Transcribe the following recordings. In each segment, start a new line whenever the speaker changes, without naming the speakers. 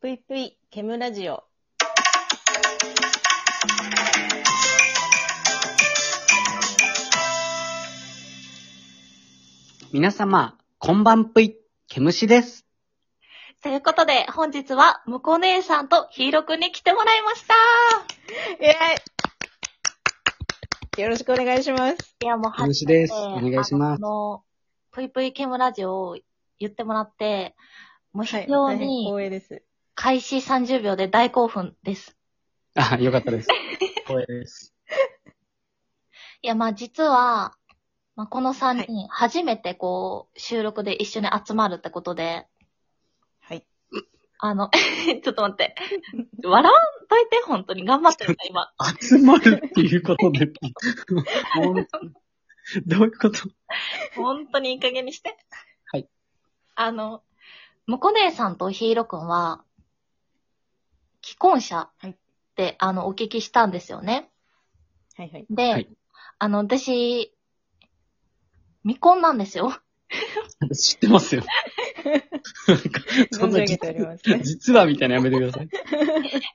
ぷいぷい、ケムラジオ。
皆様、こんばんぷい、ケムシです。
ということで、本日は、むこ姉さんとヒーローくんに来てもらいました。
えいよろしくお願いします。
いや、もう
ケ
初
ム
め
シ
て
です。お願いしま
あ
す。
の、ぷいぷいケムラジオを言ってもらって、も
は
う非
い、
常
大変
に
光栄です。
開始30秒で大興奮です。
あ、よかったです。光栄です。
いや、まあ実は、まあ、この3人、初めてこう、収録で一緒に集まるってことで、
はい。
あの、 ちょっと待って。笑わんといて、本当に。頑張ってるんだ、今。
集まるっていうこと で、もうどういうこと
本当にいい加減にして。
はい。
あの、もこ姉さんとヒーローくんは、既婚者
はい
って、あの、お聞きしたんですよね。
はいはい。
で、
はい
あの、私、未婚なんですよ。
知ってますよ。なんかそん
存じ上げ
な
ておりますね。
実はみたいなのやめてください。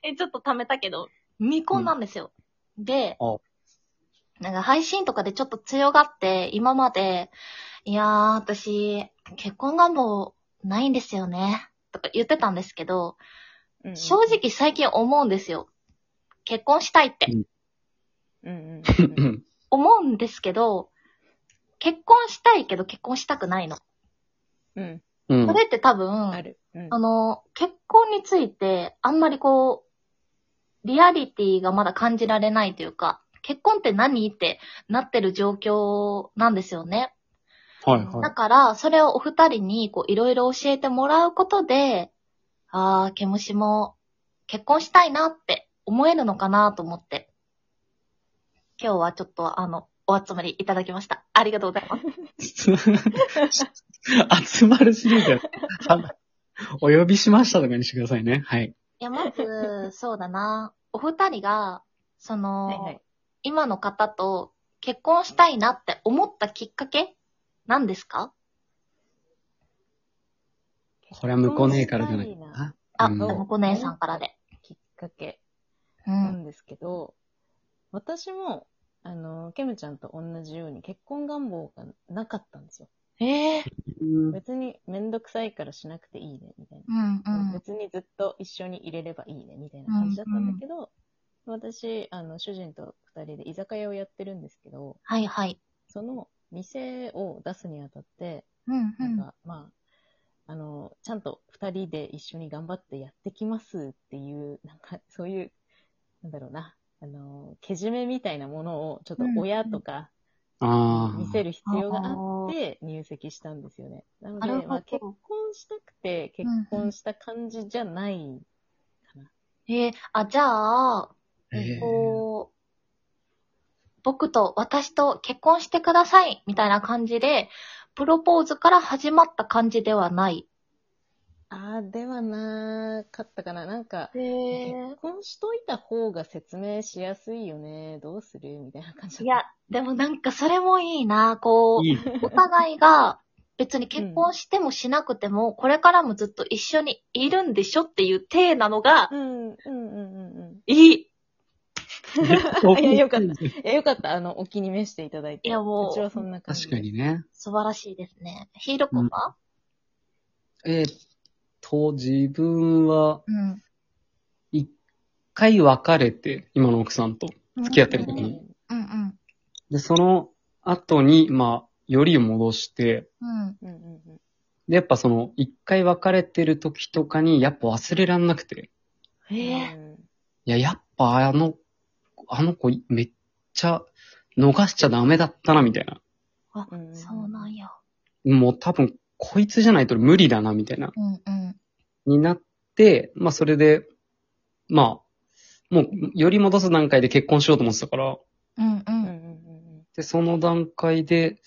え、ちょっと貯めたけど、未婚なんですよ。で
あ、
なんか配信とかでちょっと強がって、今まで、いやー、私、結婚願望ないんですよね。とか言ってたんですけど、
うんうん
正。直最近思うんですよ。結婚したいって
うん
うんうん
う
うん
ん。
思うんですけど、結婚したいけど結婚したくないの。
うん。うん。
うん
そ。れって多分、
あ
あ
る。うん。
の、結婚についてあんまりこう、リアリティがまだ感じられないというか、結婚って何ってなってる状況なんですよね。
はいは
だ
い。
から、それをお二人にこういろいろ教えてもらうことで、あー、ケムシも結婚したいなって思えるのかなと思って、今日はちょっとあの、お集まりいただきました。ありがとうございます。
集まるシリーズやったお呼びしましたとかにしてくださいね。はい。
いや、まず、そうだな。お二人が、その、
はいはい。
今の方と結婚したいなって思ったきっかけなんですか
これは向こうねえからじゃない
結婚
か
したいな
な。
あ、
うん
もこ姉さんからで。
きっかけ
う。
なんんですけど、私も、あの、ケムちゃんと同じように結婚願望がなかったんですよ。
ええ
うん
別にめんどくさいからしなくていいね、みたいな。
うんうん。
別にずっと一緒に入れればいいね、みたいな感じだったんだけど、私、あの、主人と二人で居酒屋をやってるんですけど、
はいはい。
その店を出すにあたって、
うんう
なん
ん。
か、まあ、あの、ちゃんと二人で一緒に頑張ってやってきますっていう、なんか、そういう、なんだろうな、あの、けじめみたいなものを、ちょっと親とか
あ
見
あ。
せる必要があって入籍したんですよね。なの
なるほ
で、
ど
まあ、結婚したくて、結婚した感じじゃない。
えーあ、じゃあ、
ええ
こう、僕と私と結婚してください、みたいな感じで、プロポーズから始まった感じではない。
ああ、ではなかったかな。なんか、
へ
結婚しといた方が説明しやすいよね。どうするみたいな感じだ
い
った
や、でもなんかそれもいいな、こう、
いい。
お互いが別に結婚してもしなくても、これからもずっと一緒にいるんでしょっていう体なのが、
うん、うん、うん、うん。うん
いい。
いやよかったいや、よかった。あの、お気に召していただいて。
いやもう
うちはそんな感じ。
確か。にね。
素晴らしいですね。ヒーロー君は
えーっと、自分は、
うん。
一回別れて、今の奥さんと。付き合ってる
う
時
ん
に。
うんうん。
で、その後に、まあ、よりを戻して、
うん。
うん、うん、
で、やっぱその、一回別れてる時とかに、やっぱ忘れらんなくて。
うん。
ええ
いや、やっぱあの、あの子、めっちゃ、逃しちゃダメだったな、みたいな。
あ
う、ん
そうなんや。
もう多分、こいつじゃないと無理だな、みたいな。
うんうん。
になって、まあそれで、まあ、もう、より戻す段階で結婚しようと思ってたから、
うんう。
うん、うんん、
で、その段階で、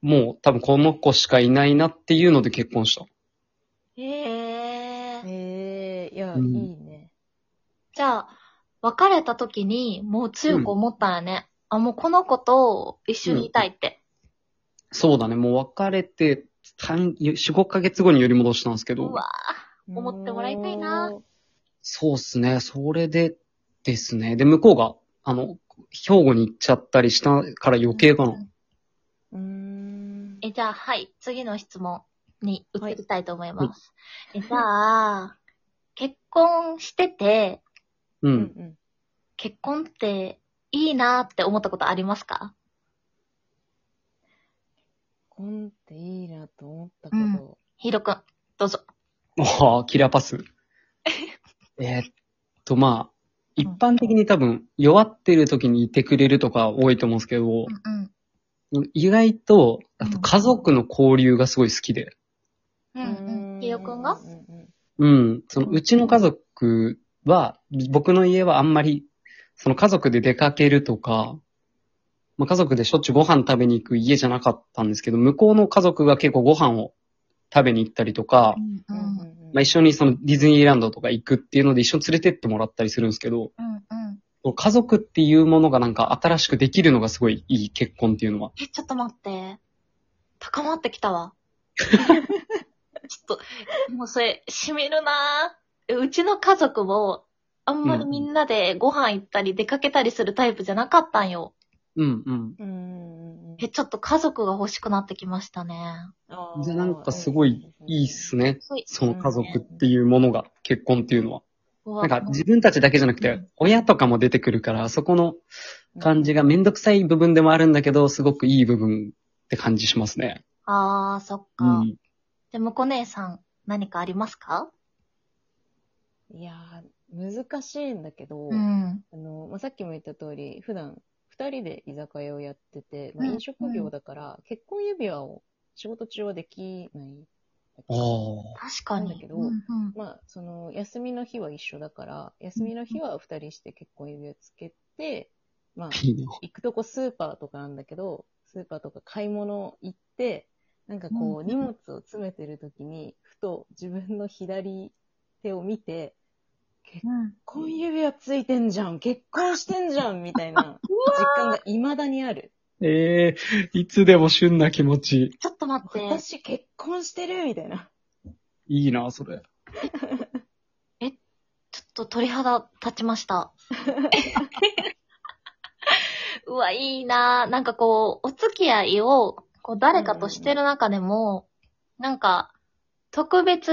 もう多分この子しかいないなっていうので結婚した。
ええ
うん。ええいや、
うん
いいね。
じゃあ、別れた時にもう強く思ったらね、あ、もうこの子と一緒にいたいって。
そうだね、もう別れて、3、4、5ヶ月後により戻したんですけ
う
ど、
わ思ってもらいたいな
おー。
そうっすね。それで、ですね。で、向こうが、あの、兵庫に行っちゃったりしたから余計かな。
うーん。
え、じゃあ、はい。次の質問に移りたいと思います。え、じゃあ、結婚してて、
う。
うんん
結婚っていいなって思ったことありますか
うん。んっていいなと思ったこと。
ヒーローくん、どうぞ。
ああ、キラーパス。えーっと、まあ、一般的に多分、弱ってる時にいてくれるとか多いと思うんですけど、
うん
意外と、あ
う
と
ん
家族の交流がすごい好きで。
うん。うんうん。ヒーローくんが
うんうん
うん。その、うちの家族は、僕の家はあんまり、その家族で出かけるとか、まあ、家族でしょっちゅうご飯食べに行く家じゃなかったんですけど、向こうの家族が結構ご飯を食べに行ったりとか、
う
うん
ん
う
うんんうん。
まあ、一緒にそのディズニーランドとか行くっていうので一緒に連れてってもらったりするんですけど、
うん。
家族っていうものがなんか新しくできるのがすごいいい結婚っていうのは。
え、ちょっと待って。高まってきたわ。ちょっと、もうそれ、しみるなぁ。うちの家族も、あんまりみんなでご飯行ったり出かけたりするタイプじゃなかったんよ。
うんうん。
うんうんうん
え、ちょっと家族が欲しくなってきましたね。
あー
じゃあなんかすごいいいっすね。
そうい
その家族っていうものが、結婚っていうのは。
う
な
わ
んか自分たちだけじゃなく
う
て
ん、
親とかも出てくるから、そこの感じがめんどくさい部分でもあるんだけど、すごくいい部分って感じしますね。
あー、そっ
う
か。
ん。
で、向こう姉さん、何かありますか
いやー、難しいんだけど、
ん。
あの、まあ、さっきも言った通り、普段二人で居酒屋をやってて、まあ、
うん
飲食業だから、結婚指輪を仕事中はできない。
ああ。
確かに。
なんだけど
うんうん
まあ、その、休みの日は一緒だから、休みの日は二人して結婚指輪つけて、まあ、
いいな。
行くとこスーパーとかなんだけど、スーパーとか買い物行って、なんかこ
う
うん荷物を詰めてる時に、ふと自分の左手を見て、
うん
結婚指輪ついてんじゃん結婚してんじゃんみたいな実感が未だにある。
ええいつでも旬な気持ち。
ちょっと待って。
私結婚してるみたいな。
いいな、それ。
ちょっと鳥肌立ちま した。うわ、いいなぁ。なんかこう、お付き合いを、こう、誰かとしてる中でも、なんか、特別、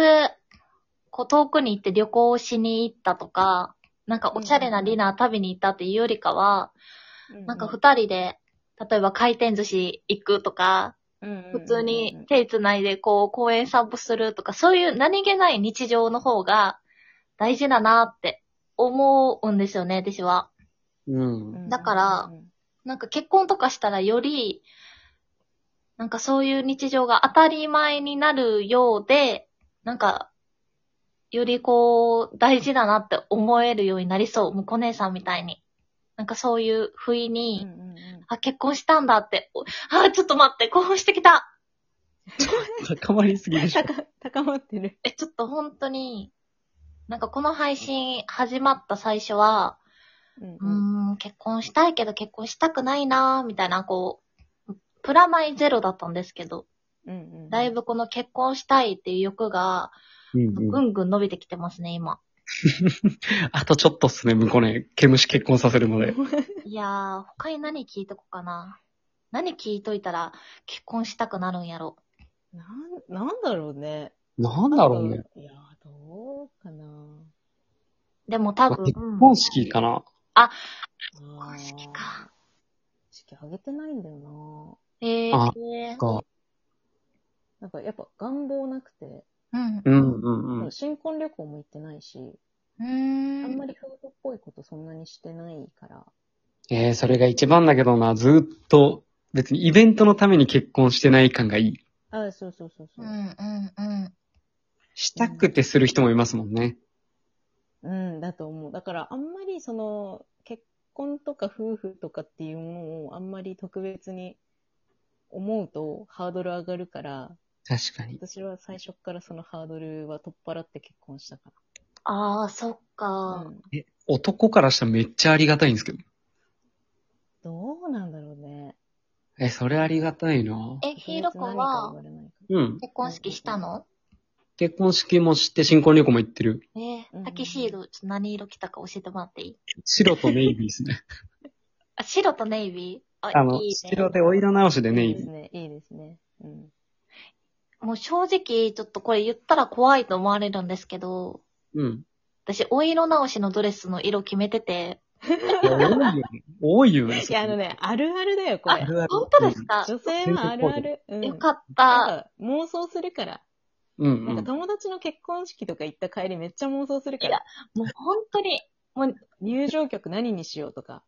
こう、遠くに行って旅行しに行ったとか、なんかおしゃれなディナー食べに行ったっていうよりかは、なんか
う
二人で、例えば回転寿司行くとか、
普
普通に手繋いでこう公園散歩するとか、そういう何気ない日常の方が大事だなって思うんですよね、私は。
うん。
だから、なんか結婚とかしたらより、なんかそういう日常が当たり前になるようで、なんか、よりこう、大事だなって思えるようになりそう。向こう姉さんみたいに。なんかそういう不意
うんう
に、
んうんうん
あ、結婚したんだって、おあ、ちょっと待って、興奮してきた。
高まりすぎでしょ。
高高まってる。
え、ちょっと本当に、なんかこの配信始まった最初は、
うん
う
うん
ーん、結婚したいけど結婚したくないなーみたいな、こう、プラマイゼロだったんですけど、
うんうん
だいぶこの結婚したいっていう欲が、
うん
ぐ
うん。
んぐん伸びてきてますね、今。
あとちょっとっすね、向こうね。毛虫結婚させる まで。
いやー、他に何聞いとこうかな。何聞いといたら結婚したくなるんやろ。
なん、なんだろうね。
なんだろうね。。
いや、どうかな。
でも多分、
結婚式かな。
結
婚式か。
式あげてないんだよ
えー、
あ
えー
か。
な。なんかやっぱ願望なくて、
うん。
う
うん
うんうん。
新婚旅行も行ってないし、
ー
あ
ん。
んまり夫婦っぽいことそんなにしてないから。
ええそれが一番だけどな、ずーっと、別にイベントのために結婚してない感がいい。
あ、そうそうそうそうう。
ん、うん、うん。
したくてする人もいますもんね。
うん、だと思う。だから、あんまりその、結婚とか夫婦とかっていうものをあんまり特別に思うとハードル上がるから、
確かに。
私は最初からそのハードルは取っ払って結婚したか
ああ、そっ
ら。
か。
うん、
男からしたらめっちゃありがたいんですけど。
どうなんだろうね。
え、それありがたいな。
え、ヒーロコ
特別何か
は
言われないから
うん。
結婚式したの
結婚式もして新婚旅行も行ってる。
ねえ、タキシード、ちょっと何色着たか教えてもらっていい
白とネイビーですね。
あ、白とネイビー あ、
あの、
いいね。
白でお色直しでネ
い
イ
い
ビ
で
ー
す。ね。いいですね。うん。
もう正直、ちょっとこれ言ったら怖いと思われるんですけど、
うん。
私、お色直しのドレスの色決めてて、
いや、多いよね。多いよね。
いや、あのね、あるあるだよ、こ
あ
れ。
るある。
本当ですか、
女性はあるある。うん。
よかっ
なん
た。
か妄想するから。
うん
な
うん
か
ん。
友達の結婚式とか行った帰りめっちゃ妄想するか
いや
ら。
もう本当に、もう、
入場曲何にしようとか。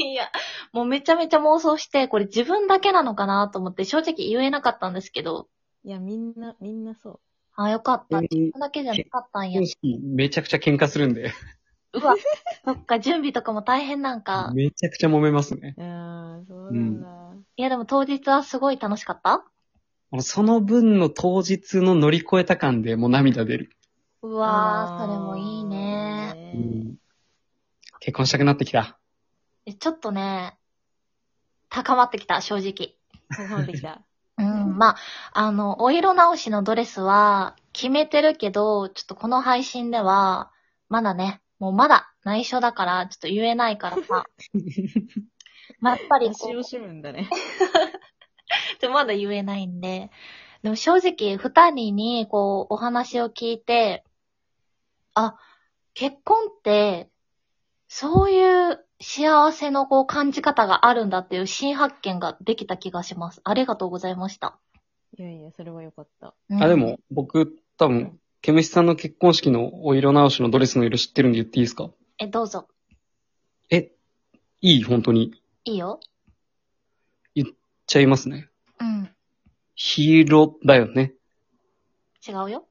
いや、もうめちゃめちゃ妄想して、これ自分だけなのかなと思って、正直言えなかったんですけど、
いや、みんな、みんなそう。
あ、よかった。
えー
自分だけじゃなかったんや
結婚。式めちゃくちゃ喧嘩するんで、
うわ、そっか、準備とかも大変なんか。
めちゃくちゃ揉めますね。
ああ、そうなんだ。
いや、でも当日はすごい楽しかった
あのその分の当日の乗り越えた感でもう涙出る。
うわー、それもいいね。
ね
うん結婚したくなってきた。
えちょっとね、高まってきた、正直。
高まってき た。
うん、まあ、あの、お色直しのドレスは決めてるけど、ちょっとこの配信では、まだね、もうまだ内緒だから、ちょっと言えないから さ。まあ、やっぱりこ
足
う
を、しむんだね。
ちょまだ言えないんで。でも正直、二人にこう、お話を聞いて、あ、結婚って、そういう幸せのこう、感じ方があるんだっていう新発見ができた気がします。ありがとうございました。
いやいや、それはよかった。
うん
あ、でも、僕、多分、ケムシさんの結婚式のお色直しのドレスの色知ってるんで言っていいですか
え、どうぞ。
え、いい本当に。
いいよ。
ちゃいますね。
うん。
黄色だよね。
違うよ。